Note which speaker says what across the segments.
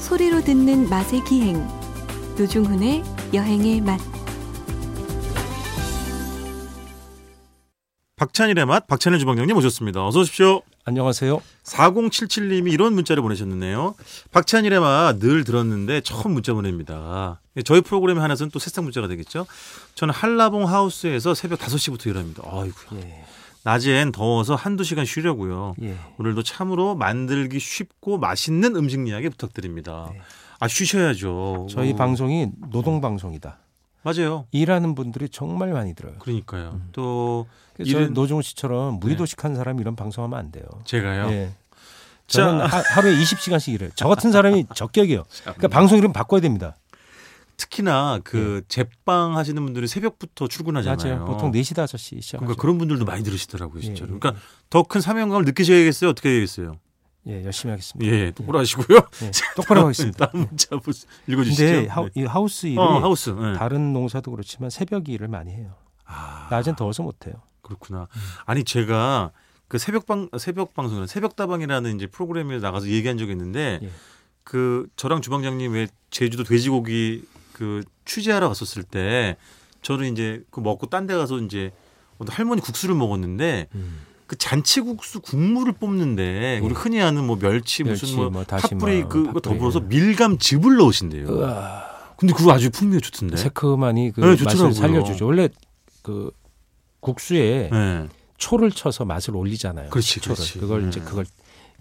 Speaker 1: 소리로 듣는 맛의 기행 노중훈의 여행의 맛
Speaker 2: 박찬일의 맛 박찬일 주방장님 모셨습니다. 어서 오십시오.
Speaker 3: 안녕하세요.
Speaker 2: 4077님이 이런 문자를 보내셨는데요. 박찬일의 맛 늘 들었는데 처음 문자 보냅니다. 예, 저희 프로그램에 하나서는 또 새싹 문자가 되겠죠. 저는 한라봉 하우스에서 새벽 5시부터 일합니다. 아이고.
Speaker 3: 예.
Speaker 2: 낮엔 더워서 한두 시간 쉬려고요.
Speaker 3: 예.
Speaker 2: 오늘도 참으로 만들기 쉽고 맛있는 음식 이야기 부탁드립니다.
Speaker 3: 네.
Speaker 2: 아 쉬셔야죠.
Speaker 3: 저희
Speaker 2: 오,
Speaker 3: 방송이 노동 방송이다.
Speaker 2: 맞아요.
Speaker 3: 일하는 분들이 정말 많이 들어요.
Speaker 2: 그러니까요. 또
Speaker 3: 음. 그래서 저는
Speaker 2: 일은-
Speaker 3: 노종훈 씨처럼 무의도식한 사람이 이런 방송하면 안 돼요.
Speaker 2: 제가요.
Speaker 3: 예.
Speaker 2: 자.
Speaker 3: 저는 하, 루에 20시간씩 일해요. 저 같은 사람이 적격이에요. 그러니까 방송 이름 바꿔야 됩니다.
Speaker 2: 특히나 그 제빵 하시는 분들이 새벽부터 출근하잖아요.
Speaker 3: 예. 맞아요. 보통 4시 5시 시작.
Speaker 2: 그러니까 그런 분들도 많이 들으시더라고요,
Speaker 3: 예,
Speaker 2: 진짜로.
Speaker 3: 예.
Speaker 2: 그러니까 더 큰 사명감을 느끼셔야겠어요. 어떻게 해야겠어요?
Speaker 3: 예, 열심히 하겠습니다.
Speaker 2: 예, 똑바로 하시고요. 네,
Speaker 3: 예, 똑바로 하겠습니다.
Speaker 2: 다음 문자 보- 읽어주시죠.
Speaker 3: 근데
Speaker 2: 네.
Speaker 3: 하, 이 하우스 일이
Speaker 2: 어, 하우스. 네.
Speaker 3: 다른 농사도 그렇지만 새벽 일을 많이 해요.
Speaker 2: 아,
Speaker 3: 낮엔 더워서 못 해요.
Speaker 2: 그렇구나. 아니 제가 그 새벽방 새벽 방송이나 새벽다방이라는 이제 프로그램에 나가서 얘기한 적이 있는데
Speaker 3: 예.
Speaker 2: 그 저랑 주방장님 왜 제주도 돼지고기 그 취재하러 갔었을 때 저는 이제 그 먹고 딴 데 가서 이제 어떤 할머니 국수를 먹었는데 그 잔치국수 국물을 뽑는데 우리 흔히 아는 뭐 멸치,
Speaker 3: 예. 멸치,
Speaker 2: 무슨 뭐
Speaker 3: 뭐 다시마,
Speaker 2: 팥뿌리 그거
Speaker 3: 팥뿌리.
Speaker 2: 더불어서 밀감즙을 넣으신대요.
Speaker 3: 으아,
Speaker 2: 근데 그거 아주 풍미가 좋던데.
Speaker 3: 새콤하니 그
Speaker 2: 네, 좋더라고요.
Speaker 3: 맛을 살려주죠. 원래 그 국수에
Speaker 2: 네.
Speaker 3: 초를 쳐서 맛을 올리잖아요.
Speaker 2: 그렇지,
Speaker 3: 초를.
Speaker 2: 그렇지.
Speaker 3: 그걸 이제
Speaker 2: 네.
Speaker 3: 그걸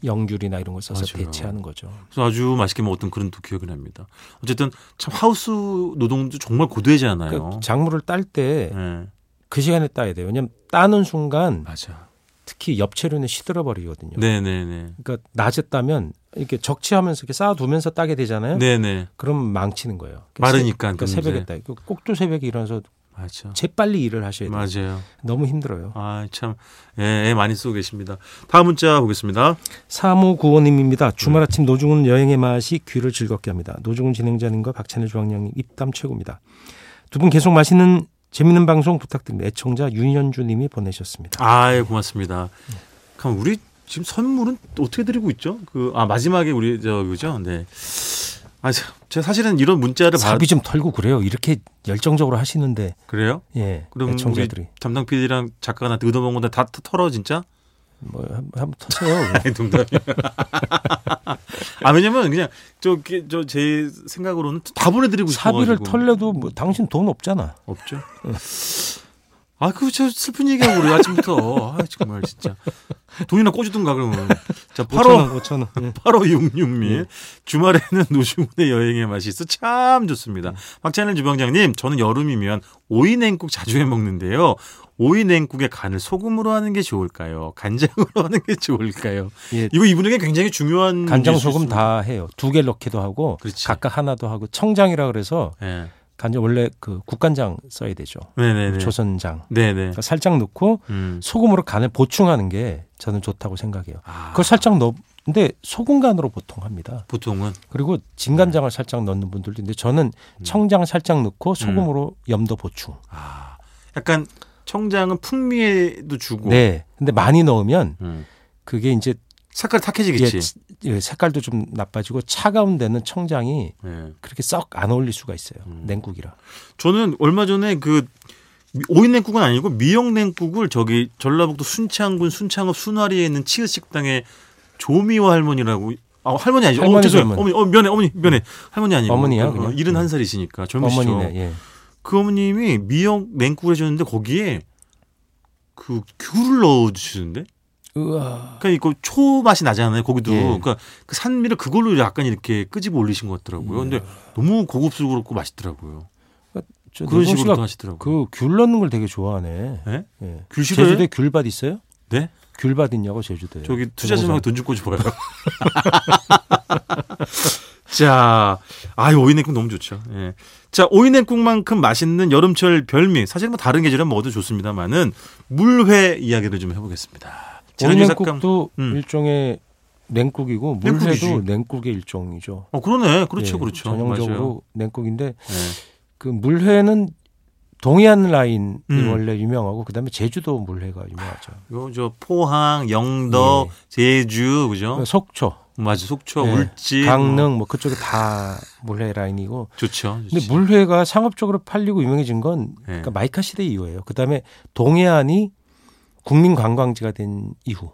Speaker 3: 영귤이나 이런 걸 써서
Speaker 2: 맞아요.
Speaker 3: 대체하는 거죠.
Speaker 2: 그래서 아주 맛있게 먹었던 그런 또 기억이 납니다. 어쨌든 참 하우스 노동도 정말 고되잖아요.
Speaker 3: 그러니까 작물을 딸 때 그
Speaker 2: 네.
Speaker 3: 시간에 따야 돼요. 왜냐하면 따는 순간
Speaker 2: 맞아.
Speaker 3: 특히 엽채류는 시들어 버리거든요.
Speaker 2: 네네네.
Speaker 3: 그러니까 낮에 따면 이렇게 적치하면서 이렇게 쌓아두면서 따게 되잖아요.
Speaker 2: 네네.
Speaker 3: 그럼 망치는 거예요.
Speaker 2: 마르니까,
Speaker 3: 새, 그러니까
Speaker 2: 그럼
Speaker 3: 새벽에
Speaker 2: 이제.
Speaker 3: 따. 그 꼭두 새벽에 일어나서
Speaker 2: 맞아.
Speaker 3: 재빨리 일을 하셔야 돼요.
Speaker 2: 맞아요.
Speaker 3: 너무 힘들어요.
Speaker 2: 아, 참. 예, 애 많이 쓰고 계십니다. 다음 문자 보겠습니다.
Speaker 3: 사무구호님입니다. 주말
Speaker 2: 네.
Speaker 3: 아침 노중훈 여행의 맛이 귀를 즐겁게 합니다. 노중훈 진행자님과 박찬일 주방장님 입담 최고입니다. 두 분 계속 맛있는 재밌는 방송 부탁드립니다. 애청자 윤현주님이 보내셨습니다.
Speaker 2: 아, 예, 고맙습니다. 그럼 우리 지금 선물은 어떻게 드리고 있죠? 그 아 마지막에 우리 저 그죠? 네. 아, 참, 제가 사실은 이런 문자를 받
Speaker 3: 사비 좀 털고 그래요. 이렇게 열정적으로 하시는데
Speaker 2: 그래요?
Speaker 3: 예,
Speaker 2: 그럼
Speaker 3: 애청자들이
Speaker 2: 우리 담당 PD랑 작가가 나한테 얻어먹은 건데 다 터- 털어 진짜?
Speaker 3: 뭐 한- 한번 터세요.
Speaker 2: 아니 농담이야. 아 왜냐면 그냥 저저제 생각으로는 다 보내드리고 싶어
Speaker 3: 사비를 털려도 뭐 당신 돈 없잖아.
Speaker 2: 없죠. 아, 그거 저 슬픈 얘기하고 그래, 아침부터. 아, 정말 진짜. 돈이나 꽂으든가, 그러면. 자, 8호,
Speaker 3: 5천 원, 5천 원. 예.
Speaker 2: 8호 66님. 주말에는 노중훈의 여행의 맛이 있어. 참 좋습니다. 박찬일 주방장님, 저는 여름이면 오이냉국 자주 해 먹는데요. 오이냉국에 간을 소금으로 하는 게 좋을까요? 간장으로 하는 게 좋을까요?
Speaker 3: 예,
Speaker 2: 이거 이분에게 굉장히 중요한.
Speaker 3: 간장
Speaker 2: 문제일 수
Speaker 3: 소금
Speaker 2: 있습니다.
Speaker 3: 다 해요. 두 개 넣기도 하고
Speaker 2: 그렇지.
Speaker 3: 각각 하나도 하고 청장이라 그래서
Speaker 2: 예.
Speaker 3: 간장 원래 그 국간장 써야 되죠.
Speaker 2: 네네네.
Speaker 3: 조선장.
Speaker 2: 네네.
Speaker 3: 그러니까 살짝 넣고
Speaker 2: 음.
Speaker 3: 소금으로 간을 보충하는 게 저는 좋다고 생각해요.
Speaker 2: 아,
Speaker 3: 그걸 살짝 넣 근데 소금 간으로 보통 합니다.
Speaker 2: 보통은.
Speaker 3: 그리고 진간장을
Speaker 2: 네.
Speaker 3: 살짝 넣는 분들도 있는데 저는
Speaker 2: 음.
Speaker 3: 청장 살짝 넣고 소금으로 염도 보충.
Speaker 2: 아, 약간 청장은 풍미에도 주고. 음,
Speaker 3: 네. 근데 많이 넣으면 그게 이제
Speaker 2: 색깔 탁해지겠지.
Speaker 3: 예, 예, 색깔도 좀 나빠지고 차가운 데는 청장이
Speaker 2: 예.
Speaker 3: 그렇게 썩 안 어울릴 수가 있어요.
Speaker 2: 음.
Speaker 3: 냉국이라.
Speaker 2: 저는 얼마 전에 그 미- 오이냉국은 아니고 미역냉국을 저기 전라북도 순창군 순창읍 순화리에 있는 치즈 식당에 조미화 할머니라고 아 할머니 아니죠? 어,
Speaker 3: 할머니,
Speaker 2: 죄송해요.
Speaker 3: 할머니.
Speaker 2: 어머니,
Speaker 3: 음.
Speaker 2: 어, 면회, 어머니, 면회. 할머니 아니고.
Speaker 3: 어머니야,
Speaker 2: 그, 어,
Speaker 3: 그냥. 음.
Speaker 2: 71살이시니까. 젊으시죠.
Speaker 3: 어머니네. 예.
Speaker 2: 그 어머님이 미역 냉국을 해줬는데 거기에 그 귤을 넣어주시는데?
Speaker 3: 우와.
Speaker 2: 그러니까 이거 초 맛이 나잖아요. 고기도.
Speaker 3: 예.
Speaker 2: 그러니까 그 산미를 그걸로 약간 이렇게 끄집어 올리신 것 같더라고요.
Speaker 3: 음.
Speaker 2: 근데 너무 고급스럽고 맛있더라고요.
Speaker 3: 저
Speaker 2: 그런
Speaker 3: 노동
Speaker 2: 식으로
Speaker 3: 씨가
Speaker 2: 또 하시더라고요.
Speaker 3: 그귤 넣는 걸 되게 좋아하네.
Speaker 2: 예?
Speaker 3: 예.
Speaker 2: 귤 싫어요?
Speaker 3: 제주도에 귤밭 있어요?
Speaker 2: 네?
Speaker 3: 귤밭 있냐고 제주도에.
Speaker 2: 저기 투자 좀 하고 돈 좀 꽂아봐요. 자, 아, 오이냉국 너무 좋죠. 예. 자, 오이냉국만큼 맛있는 여름철 별미. 사실 뭐 다른 계절에 먹어도 좋습니다만은 물회 이야기를 좀 해보겠습니다. 지난주 작가-
Speaker 3: 오이냉국도
Speaker 2: 음.
Speaker 3: 일종의 냉국이고 물회도
Speaker 2: 냉국이지.
Speaker 3: 냉국의 일종이죠.
Speaker 2: 어, 그러네. 그렇죠,
Speaker 3: 예,
Speaker 2: 그렇죠.
Speaker 3: 전형적으로
Speaker 2: 맞아요.
Speaker 3: 냉국인데
Speaker 2: 예.
Speaker 3: 그 물회는 동해안 라인이
Speaker 2: 음. 아,
Speaker 3: 원래 유명하고 그다음에 제주도 물회가 유명하죠. 예.
Speaker 2: 이거 저 포항, 영덕, 제주, 그죠?
Speaker 3: 그러니까
Speaker 2: 뭐
Speaker 3: 속초
Speaker 2: 맞아 속초,
Speaker 3: 네,
Speaker 2: 울진, 뭐
Speaker 3: 강릉 뭐 그쪽이 다 물회 라인이고
Speaker 2: 좋죠. 좋죠.
Speaker 3: 근데 물회가 상업적으로 팔리고 유명해진 건
Speaker 2: 네.
Speaker 3: 그러니까 마이카 시대 이후예요. 그다음에 동해안이 국민 관광지가 된 이후.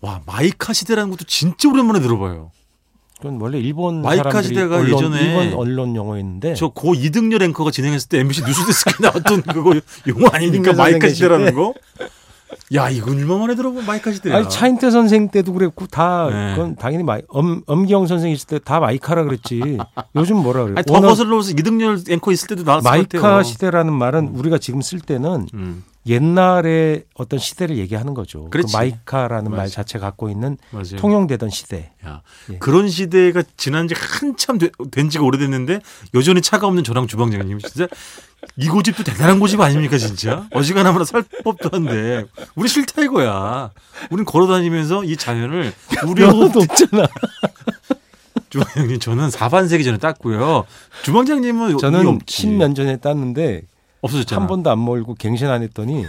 Speaker 2: 와 마이카 시대라는 것도 진짜 오랜만에 들어봐요.
Speaker 3: 그건 원래 일본
Speaker 2: 마이카
Speaker 3: 사람들이
Speaker 2: 시대가
Speaker 3: 언론,
Speaker 2: 예전에
Speaker 3: 일본 언론 영어였는데
Speaker 2: 저 고 이등렬 앵커가 진행했을 때 MBC 뉴스데스크에 나왔던 그거 영화 아닙니까
Speaker 3: 이등렬
Speaker 2: 마이카
Speaker 3: 선생
Speaker 2: 시대라는 거? 야 이건 얼마만에 들어본 마이카 시대야.
Speaker 3: 아니 차인태 선생 때도 그랬고 다
Speaker 2: 네.
Speaker 3: 그건 당연히 마이, 엄, 엄기영 선생 있을 때 다 마이카라 그랬지. 요즘 뭐라 그래요?
Speaker 2: 아니, 더
Speaker 3: 워낙
Speaker 2: 거슬러서 이등렬 앵커 있을 때도 나왔을 것 같아요.
Speaker 3: 마이카 시대라는 말은 우리가 지금 쓸 때는
Speaker 2: 음,
Speaker 3: 옛날의 어떤 시대를 얘기하는 거죠. 그
Speaker 2: 그렇지.
Speaker 3: 마이카라는 말
Speaker 2: 맞아.
Speaker 3: 자체 갖고 있는
Speaker 2: 맞아요.
Speaker 3: 통용되던 시대.
Speaker 2: 야,
Speaker 3: 예.
Speaker 2: 그런 시대가 지난 지 한참 되- 된 지가 오래됐는데 여전히 차가 없는 저랑 주방장님 진짜 이 고집도 대단한 고집 아닙니까 진짜 어지간하면 살 법도 한데 우리 싫다 이거야 우린 걸어다니면서 이 자연을 우리하고
Speaker 3: 영어도 없잖아.
Speaker 2: 주방장님 저는 4반세기 전에 땄고요 주방장님은 이게
Speaker 3: 저는
Speaker 2: 없지.
Speaker 3: 십몇 전에 땄는데
Speaker 2: 없어졌잖아
Speaker 3: 한 번도 안 몰고 갱신 안 했더니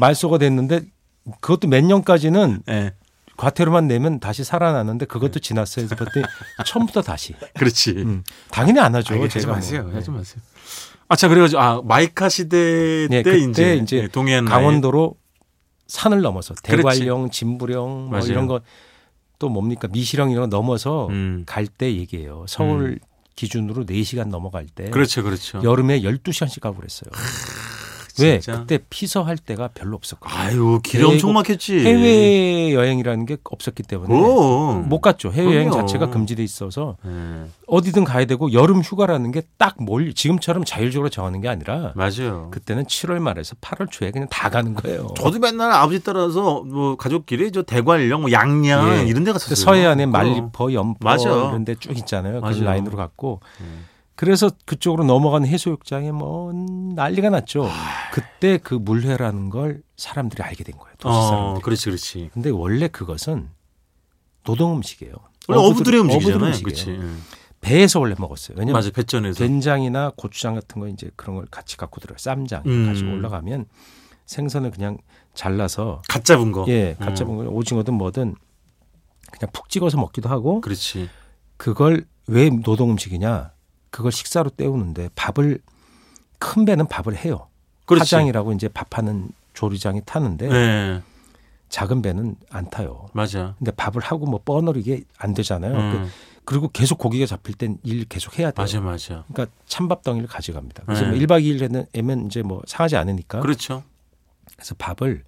Speaker 3: 말소가 됐는데 그것도 몇 년까지는
Speaker 2: 예,
Speaker 3: 과태료만 내면 다시 살아나는데
Speaker 2: 네.
Speaker 3: 그것도 지났어요. 그래서 그때 처음부터 다시.
Speaker 2: 그렇지
Speaker 3: 음. 당연히 안 하죠.
Speaker 2: 아, 이거 하지
Speaker 3: 제가 뭐.
Speaker 2: 마세요
Speaker 3: 네.
Speaker 2: 하지 마세요 아참 그래가지고 아 마이카 시대
Speaker 3: 네,
Speaker 2: 때
Speaker 3: 그때
Speaker 2: 이제,
Speaker 3: 이제
Speaker 2: 예, 동해안 라인.
Speaker 3: 강원도로 산을 넘어서
Speaker 2: 그렇지.
Speaker 3: 대관령, 진부령 뭐
Speaker 2: 맞아요.
Speaker 3: 이런 거 또 뭡니까 미시령 이런 거 넘어서
Speaker 2: 음.
Speaker 3: 갈 때 얘기예요. 서울 기준으로 4시간 넘어갈 때
Speaker 2: 그렇죠 그렇죠
Speaker 3: 여름에 12시간씩 가고 그랬어요. 왜?
Speaker 2: 진짜.
Speaker 3: 그때 피서할 때가 별로 없었거든요.
Speaker 2: 아유 길 엄청 막혔지 어.
Speaker 3: 해외 네. 여행이라는 게 없었기 때문에
Speaker 2: 오.
Speaker 3: 못 갔죠. 해외 여행
Speaker 2: 그럼요.
Speaker 3: 자체가 금지돼 있어서
Speaker 2: 예,
Speaker 3: 어디든 가야 되고 여름 휴가라는 게 딱 몰 지금처럼 자율적으로 정하는 게 아니라
Speaker 2: 맞아요.
Speaker 3: 그때는 7월 말에서 8월 초에 그냥 다 가는 거예요.
Speaker 2: 저도 맨날 아버지 따라서 뭐 가족끼리 저 대관령, 뭐 양양
Speaker 3: 예.
Speaker 2: 이런 데 갔었어요.
Speaker 3: 서해안에
Speaker 2: 그럼.
Speaker 3: 말리퍼, 연포
Speaker 2: 맞아.
Speaker 3: 이런 데 쭉 있잖아요.
Speaker 2: 맞아.
Speaker 3: 그런 라인으로 갔고
Speaker 2: 예.
Speaker 3: 그래서 그쪽으로 넘어간 해수욕장에 뭐 난리가 났죠.
Speaker 2: 아.
Speaker 3: 그때 그 물회라는 걸 사람들이 알게 된 거예요. 도시
Speaker 2: 어,
Speaker 3: 사람들이.
Speaker 2: 그렇지, 그렇지.
Speaker 3: 근데 원래 그것은 노동 음식이에요.
Speaker 2: 원래 어부들의
Speaker 3: 어부들-
Speaker 2: 음식이잖아요.
Speaker 3: 어부들
Speaker 2: 그렇지.
Speaker 3: 음식이에요.
Speaker 2: 응.
Speaker 3: 배에서 원래 먹었어요. 왜냐면
Speaker 2: 맞아, 배전에서.
Speaker 3: 된장이나 고추장 같은 거 이제 그런 걸 같이 갖고 들어요. 쌈장
Speaker 2: 음.
Speaker 3: 가지고 올라가면 생선을 그냥 잘라서
Speaker 2: 갓 잡은 거.
Speaker 3: 예, 같이
Speaker 2: 음.
Speaker 3: 먹는 거예요. 오징어든 뭐든 그냥 푹 찍어서 먹기도 하고
Speaker 2: 그렇지.
Speaker 3: 그걸 왜 노동 음식이냐? 그걸 식사로 때우는데 밥을 큰 배는 밥을 해요.
Speaker 2: 그렇지.
Speaker 3: 파장이라고 이제 밥하는 조리장이 타는데
Speaker 2: 예,
Speaker 3: 작은 배는 안 타요.
Speaker 2: 맞아.
Speaker 3: 근데 밥을 하고 뭐 뻔어리게 안 되잖아요.
Speaker 2: 음,
Speaker 3: 그, 리고 계속 고기가 잡힐 땐 일 계속 해야 돼요.
Speaker 2: 맞아, 맞아.
Speaker 3: 그러니까 찬밥 덩이를 가져갑니다. 그래서
Speaker 2: 네.
Speaker 3: 뭐 1박 2일에는 이제 뭐 상하지 않으니까.
Speaker 2: 그렇죠.
Speaker 3: 그래서 밥을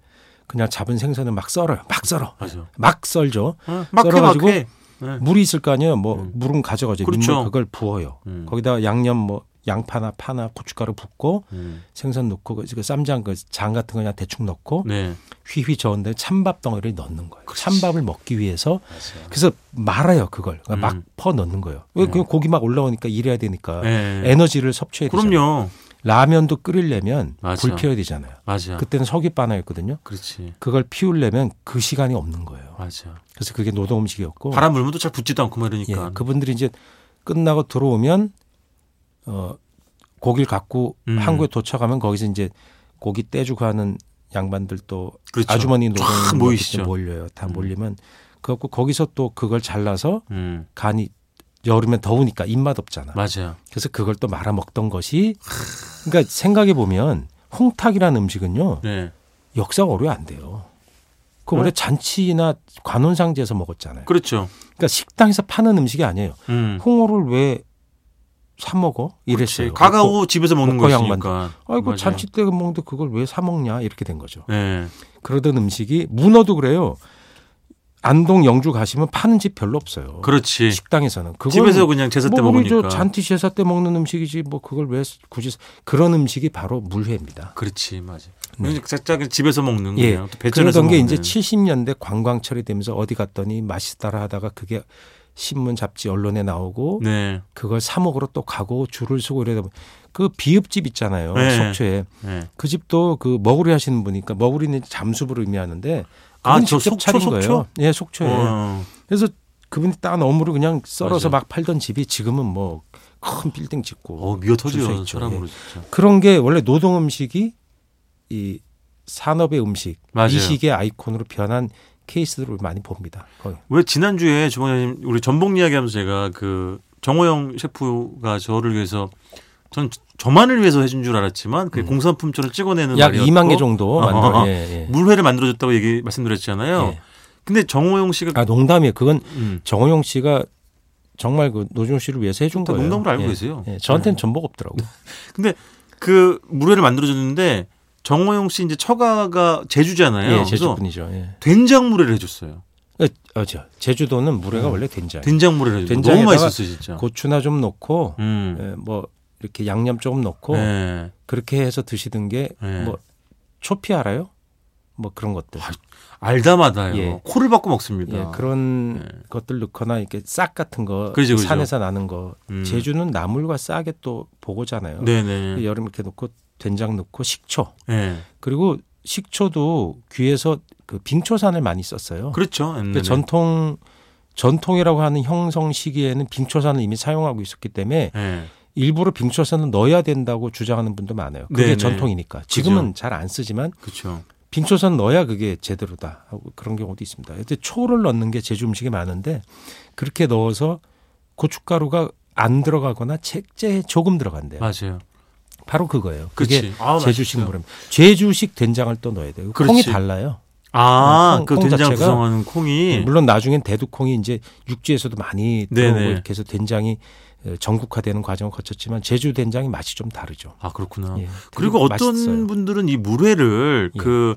Speaker 3: 그냥 잡은 생선을 막 썰어요. 막 썰어.
Speaker 2: 맞아.
Speaker 3: 막 썰죠.
Speaker 2: 어, 막해,
Speaker 3: 예. 썰어가지고
Speaker 2: 막해. 예.
Speaker 3: 물이 있을 거 아니에요. 뭐
Speaker 2: 음.
Speaker 3: 물은 가져가죠. 그
Speaker 2: 그렇죠.
Speaker 3: 민물 그걸 부어요.
Speaker 2: 음.
Speaker 3: 거기다 양념 뭐 양파나 파나 고춧가루 붓고
Speaker 2: 음.
Speaker 3: 생선 넣고 그 쌈장 그 장 같은 거 그냥 대충 넣고
Speaker 2: 네.
Speaker 3: 휘휘 저은 다음에 찬밥 덩어리를 넣는 거예요.
Speaker 2: 그렇지.
Speaker 3: 찬밥을 먹기 위해서
Speaker 2: 맞아.
Speaker 3: 그래서 말아요 그걸 그러니까
Speaker 2: 음. 네.
Speaker 3: 막 퍼 넣는 거예요. 왜 그냥 고기 막 올라오니까 일해야 되니까
Speaker 2: 예.
Speaker 3: 에너지를 섭취해야 되잖아요.
Speaker 2: 그럼요.
Speaker 3: 라면도 끓이려면
Speaker 2: 맞아.
Speaker 3: 불 피워야 되잖아요.
Speaker 2: 맞아. 그...
Speaker 3: 그때는 석유 바나였거든요.
Speaker 2: 렇지
Speaker 3: 그걸 피우려면 그 시간이 없는 거예요.
Speaker 2: 맞아.
Speaker 3: 그래서 그게 노동 음식이었고
Speaker 2: 바람 불면 또잘 붙지도 않고 막 이러니까.
Speaker 3: 예, 그분들이 이제 끝나고 들어오면 어 고기를 갖고
Speaker 2: 음.
Speaker 3: 한국에 도착하면 거기서 이제 고기 떼주고 하는 양반들 또
Speaker 2: 그렇죠.
Speaker 3: 아주머니 뭐 노동
Speaker 2: 쫙 모이시죠.
Speaker 3: 몰려요. 다
Speaker 2: 음.
Speaker 3: 몰리면 그갖고 거기서 또 그걸 잘라서
Speaker 2: 음,
Speaker 3: 간이 여름에 더우니까 입맛 없잖아.
Speaker 2: 맞아.
Speaker 3: 그래서 그걸 또 말아 먹던 것이 그러니까 생각해 보면 홍탁이라는 음식은요
Speaker 2: 네.
Speaker 3: 역사 오류 안 돼요. 그
Speaker 2: 네.
Speaker 3: 원래 잔치나 관혼상제에서 먹었잖아요.
Speaker 2: 그렇죠.
Speaker 3: 그러니까 식당에서 파는 음식이 아니에요.
Speaker 2: 음.
Speaker 3: 홍어를 왜 사 먹어? 이랬어요.
Speaker 2: 과가오 집에서 먹는
Speaker 3: 먹고
Speaker 2: 거니까.
Speaker 3: 먹고, 아이고
Speaker 2: 맞아요.
Speaker 3: 잔치 때 먹는데 그걸 왜 사 먹냐 이렇게 된 거죠.
Speaker 2: 네.
Speaker 3: 그러던 음식이 문어도 그래요. 안동 영주 가시면 파는 집 별로 없어요.
Speaker 2: 그렇지.
Speaker 3: 식당에서는 그건
Speaker 2: 집에서 그냥 제사 때
Speaker 3: 뭐 우리
Speaker 2: 먹으니까.
Speaker 3: 저 잔치 제사 때 먹는 음식이지 뭐 그걸 왜 굳이 사- 그런 음식이 바로 물회입니다. 그렇지
Speaker 2: 맞아.
Speaker 3: 네.
Speaker 2: 그냥 작작 집에서 먹는
Speaker 3: 예.
Speaker 2: 거예요. 또 배전에서
Speaker 3: 그러던 게
Speaker 2: 먹는.
Speaker 3: 이제 70년대 관광철이 되면서 어디 갔더니 맛있다라 하다가 그게 신문 잡지 언론에 나오고
Speaker 2: 네.
Speaker 3: 그걸 사 먹으러 또 가고 줄을 서고 이러다 보면 그 비읍집 있잖아요
Speaker 2: 네.
Speaker 3: 속초에
Speaker 2: 네.
Speaker 3: 그 집도 그 머구리 하시는 분이니까 머구리는 잠수부를 의미하는데
Speaker 2: 아,
Speaker 3: 그분이
Speaker 2: 저
Speaker 3: 직접
Speaker 2: 속초,
Speaker 3: 차린 거예요.
Speaker 2: 속초?
Speaker 3: 예, 속초에.
Speaker 2: 어,
Speaker 3: 그래서 그분이 딴 어무를 그냥 썰어서
Speaker 2: 맞아요.
Speaker 3: 막 팔던 집이 지금은 뭐 큰 빌딩 짓고
Speaker 2: 어 미어
Speaker 3: 줄 수
Speaker 2: 터지죠.
Speaker 3: 있죠. 예.
Speaker 2: 사람으로 진짜.
Speaker 3: 그런 게 원래 노동 음식이 이 산업의 음식
Speaker 2: 맞아요.
Speaker 3: 이식의 아이콘으로 변한 케이스들을 많이 봅니다. 거의.
Speaker 2: 왜 지난주에 주방장님 우리 전복 이야기하면서 제가 그 정호영 셰프가 저를 위해서 전 저만을 위해서 해준 줄 알았지만 그 공산품처럼 찍어내는
Speaker 3: 음. 약
Speaker 2: 말이었고
Speaker 3: 2만 개 정도 만들어.
Speaker 2: 어허.
Speaker 3: 예, 예.
Speaker 2: 물회를 만들어줬다고 얘기 말씀드렸잖아요.
Speaker 3: 예.
Speaker 2: 근데 정호영 씨가
Speaker 3: 아 농담이에요. 그건
Speaker 2: 음,
Speaker 3: 정호영 씨가 정말 그 노중 씨를 위해서 해준
Speaker 2: 다
Speaker 3: 거예요.
Speaker 2: 농담으로 알고
Speaker 3: 예.
Speaker 2: 계세요. 네.
Speaker 3: 예, 저한테는 전복 없더라고.
Speaker 2: 그 물회를 만들어줬는데 정호영 씨 이제 처가가 제주잖아요.
Speaker 3: 예,
Speaker 2: 그래서
Speaker 3: 제주분이죠. 예.
Speaker 2: 된장 물회를 해줬어요.
Speaker 3: 예, 아, 저, 제주도는 물회가 원래 된장. 이
Speaker 2: 네. 된장 물회를 해줬어요. 너무
Speaker 3: 네. 된장에다가
Speaker 2: 맛있었어요 진짜.
Speaker 3: 에 고추나 좀 넣고
Speaker 2: 음.
Speaker 3: 예, 뭐 이렇게 양념 조금 넣고
Speaker 2: 예.
Speaker 3: 그렇게 해서 드시던 게 뭐
Speaker 2: 예.
Speaker 3: 초피 알아요? 뭐 그런 것들.
Speaker 2: 알다마다요.
Speaker 3: 예.
Speaker 2: 코를 박고 먹습니다.
Speaker 3: 예, 그런
Speaker 2: 예.
Speaker 3: 것들 넣거나 이렇게 싹 같은 거
Speaker 2: 그죠, 그죠.
Speaker 3: 산에서 나는 거.
Speaker 2: 음.
Speaker 3: 제주는 나물과 싹에 또 보고잖아요. 그
Speaker 2: 네네.
Speaker 3: 여름 이렇게 넣고 된장 넣고 식초.
Speaker 2: 예.
Speaker 3: 그리고 식초도 귀에서 그 빙초산을 많이 썼어요.
Speaker 2: 그렇죠.
Speaker 3: 그
Speaker 2: 옛날에.
Speaker 3: 전통 전통이라고 하는 형성 시기에는 빙초산을 이미 사용하고 있었기 때문에
Speaker 2: 예.
Speaker 3: 일부러 빙초산을 넣어야 된다고 주장하는 분도 많아요. 그게
Speaker 2: 네네.
Speaker 3: 전통이니까. 지금은 잘 안 쓰지만
Speaker 2: 그렇죠.
Speaker 3: 빙초산 넣어야 그게 제대로다. 하고 그런 경우도 있습니다. 근데 초를 넣는 게 제주 음식이 많은데 그렇게 넣어서 고춧가루가 안 들어가거나 책제에 조금 들어간대요.
Speaker 2: 맞아요.
Speaker 3: 바로 예. 그거예요. 그게
Speaker 2: 그게 아,
Speaker 3: 제주식
Speaker 2: 맛있어요.
Speaker 3: 물입니다. 제주식 된장을 또 넣어야 돼요. 콩이
Speaker 2: 그렇지.
Speaker 3: 달라요.
Speaker 2: 아,
Speaker 3: 콩,
Speaker 2: 그
Speaker 3: 콩
Speaker 2: 된장
Speaker 3: 자체가- 예,
Speaker 2: 구성하는 콩이
Speaker 3: 물론 나중엔 대두콩이 이제 육지에서도 많이
Speaker 2: 예. 네네.
Speaker 3: 들어오고 이렇게 해서 된장이 어, 전국화되는 과정을 거쳤지만 제주 된장이 맛이 좀 다르죠.
Speaker 2: 아 그렇구나.
Speaker 3: 예,
Speaker 2: 그리고
Speaker 3: 되게
Speaker 2: 어떤
Speaker 3: 맛있어요.
Speaker 2: 분들은 이 물회를
Speaker 3: 예.
Speaker 2: 그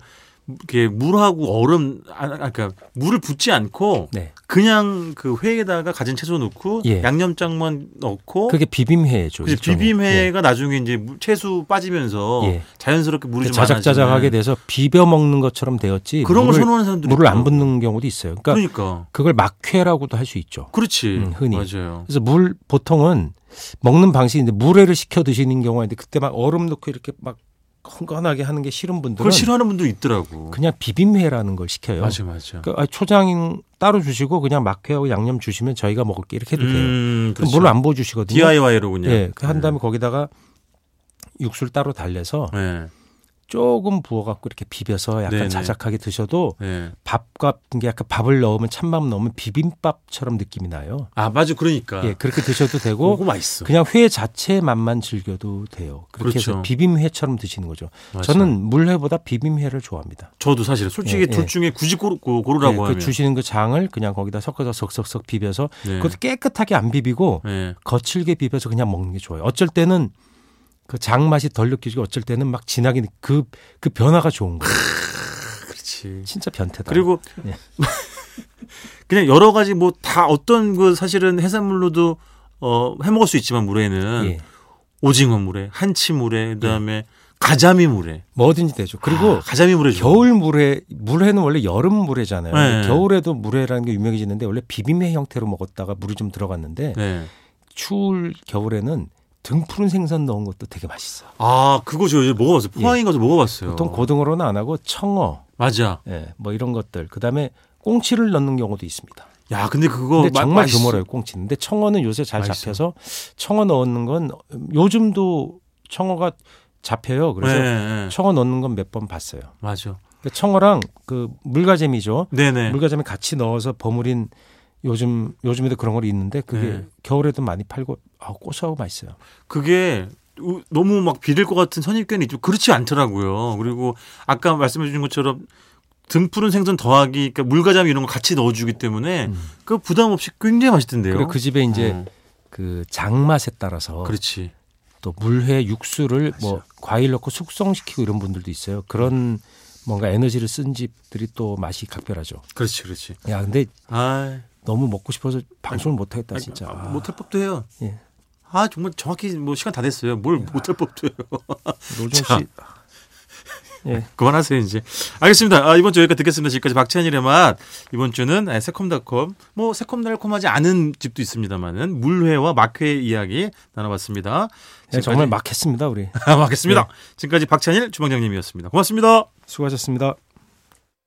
Speaker 2: 이렇게 물하고 얼음 아 그러니까 물을 붓지 않고
Speaker 3: 네.
Speaker 2: 그냥 그 회에다가 가진 채소 넣고
Speaker 3: 예.
Speaker 2: 양념장만 넣고
Speaker 3: 그게 비빔회죠.
Speaker 2: 그래서
Speaker 3: 일종의.
Speaker 2: 비빔회가 나중에 이제 물- 채소 빠지면서
Speaker 3: 예.
Speaker 2: 자연스럽게 물이 좀
Speaker 3: 자작자작하게
Speaker 2: 많아지는
Speaker 3: 돼서 비벼 먹는 것처럼 되었지.
Speaker 2: 그런 걸
Speaker 3: 물을,
Speaker 2: 선호하는 사람들이
Speaker 3: 물을 안
Speaker 2: 있죠.
Speaker 3: 붓는 경우도 있어요. 그러니까
Speaker 2: 그러니까
Speaker 3: 그걸 막회라고도 할 수 있죠.
Speaker 2: 그렇지
Speaker 3: 음, 흔히.
Speaker 2: 맞아요.
Speaker 3: 그래서 물 보통은 먹는 방식인데 물회를 시켜 드시는 경우가 있는데 그때 막 얼음 넣고 이렇게 막 건건하게 하는 게 싫은 분들은
Speaker 2: 그걸 싫어하는 분도 있더라고.
Speaker 3: 그냥 비빔회라는 걸 시켜요.
Speaker 2: 맞아 맞아.
Speaker 3: 그러니까 아, 초장 따로 주시고 그냥 막회하고 양념 주시면 저희가 먹을게 이렇게 해도 돼요.
Speaker 2: 음,
Speaker 3: 그럼
Speaker 2: 그렇죠.
Speaker 3: 물을 안 부어 주시거든요.
Speaker 2: DIY로 네. 그냥.
Speaker 3: 예, 그한 다음에 거기다가 육수를 따로 달래서
Speaker 2: 예.
Speaker 3: 조금 부어갖고 이렇게 비벼서 약간
Speaker 2: 네네.
Speaker 3: 자작하게 드셔도
Speaker 2: 예.
Speaker 3: 밥 같은 게 약간 밥을 넣으면 찬밥 넣으면 비빔밥처럼 느낌이 나요.
Speaker 2: 아 맞아 그러니까.
Speaker 3: 예, 그렇게 드셔도 되고
Speaker 2: 그거 맛있어.
Speaker 3: 그냥 회 자체 맛만 즐겨도 돼요. 그렇게 해서
Speaker 2: 그렇죠.
Speaker 3: 비빔회처럼 드시는 거죠.
Speaker 2: 맞아요.
Speaker 3: 저는 물회보다 비빔회를 좋아합니다.
Speaker 2: 저도 사실은 솔직히
Speaker 3: 예,
Speaker 2: 둘
Speaker 3: 예.
Speaker 2: 중에 굳이 고르, 고- 고르라고
Speaker 3: 예,
Speaker 2: 하면
Speaker 3: 그 주시는 그 장을 그냥 거기다 섞어서 석석석 비벼서
Speaker 2: 네.
Speaker 3: 그것도 깨끗하게 안 비비고
Speaker 2: 예.
Speaker 3: 거칠게 비벼서 그냥 먹는 게 좋아요. 어쩔 때는 그 장 맛이 덜 느껴지고 어쩔 때는 막 진하게 그그 변화가 좋은 거예요.
Speaker 2: 그렇지.
Speaker 3: 진짜 변태다.
Speaker 2: 그리고
Speaker 3: 예.
Speaker 2: 그냥 여러 가지 뭐 다 어떤 그 사실은 해산물로도 어, 해 먹을 수 있지만 물회는
Speaker 3: 예,
Speaker 2: 오징어 물회, 한치 물회, 그다음에 가자미 물회.
Speaker 3: 뭐든지 되죠. 그리고
Speaker 2: 아, 가자미 물회 좋아.
Speaker 3: 겨울 물회 물회는 원래 여름 물회잖아요.
Speaker 2: 네.
Speaker 3: 겨울에도 물회라는 게 유명해지는데 원래 비빔회 형태로 먹었다가 물이 좀 들어갔는데
Speaker 2: 네.
Speaker 3: 추울 겨울에는 등 푸른 생선 넣은 것도 되게 맛있어. 요
Speaker 2: 아 그거 저 요즘 먹어봤어요. 포항에 가서 먹어봤어요.
Speaker 3: 예. 보통 고등어로는 안 하고 청어,
Speaker 2: 맞아.
Speaker 3: 예, 뭐 이런 것들. 그다음에 꽁치를 넣는 경우도 있습니다.
Speaker 2: 야 근데 그거
Speaker 3: 근데
Speaker 2: 마-
Speaker 3: 정말
Speaker 2: 맛있어.
Speaker 3: 드물어요 꽁치는. 근데 청어는 요새 잘
Speaker 2: 맛있어요.
Speaker 3: 잡혀서 청어 넣는 건 요즘도 청어가 잡혀요. 그래서
Speaker 2: 네, 네.
Speaker 3: 청어 넣는 건 몇 번 봤어요.
Speaker 2: 맞아.
Speaker 3: 근데 청어랑 그 물가재미죠.
Speaker 2: 네네.
Speaker 3: 물가재미 같이 넣어서 버무린 요즘 요즘에도 그런 걸 있는데 그게
Speaker 2: 네.
Speaker 3: 겨울에도 많이 팔고 아 고소하고 맛있어요.
Speaker 2: 그게 우- 너무 막 비릴 것 같은 선입견이 있죠. 그렇지 않더라고요. 그리고 아까 말씀해 주신 것처럼 등 푸른 생선 더하기 그러니까 물가자미 이런 거 같이 넣어주기 때문에 그 부담 없이 굉장히 맛있던데요.
Speaker 3: 음. 그리고 그 집에 이제
Speaker 2: 어,
Speaker 3: 그 장맛에 따라서
Speaker 2: 그렇지.
Speaker 3: 또 물회 육수를 뭐 과일 넣고 숙성시키고 이런 분들도 있어요. 그런 뭔가 에너지를 쓴 집들이 또 맛이 각별하죠.
Speaker 2: 그렇지, 그렇지.
Speaker 3: 야 근데
Speaker 2: 아,
Speaker 3: 너무 먹고 싶어서 방송을 못 하겠다 진짜.
Speaker 2: 아,
Speaker 3: 아,
Speaker 2: 못할 법도 해요.
Speaker 3: 예.
Speaker 2: 아 정말 정확히 뭐 시간 다 됐어요. 뭘
Speaker 3: 네.
Speaker 2: 못할 법도 해요.
Speaker 3: 노종
Speaker 2: 자.
Speaker 3: 씨. 예.
Speaker 2: 그만하세요 이제. 알겠습니다. 아, 이번 주 여기까지 듣겠습니다. 지금까지 박찬일의 맛. 이번 주는 아, 새콤달콤 뭐 새콤달콤하지 않은 집도 있습니다만은 물회와 막회 이야기 나눠봤습니다.
Speaker 3: 예, 정말 막 했습니다 우리.
Speaker 2: 아, 맞겠습니다. 지금까지 박찬일 주방장님이었습니다. 고맙습니다.
Speaker 3: 수고하셨습니다.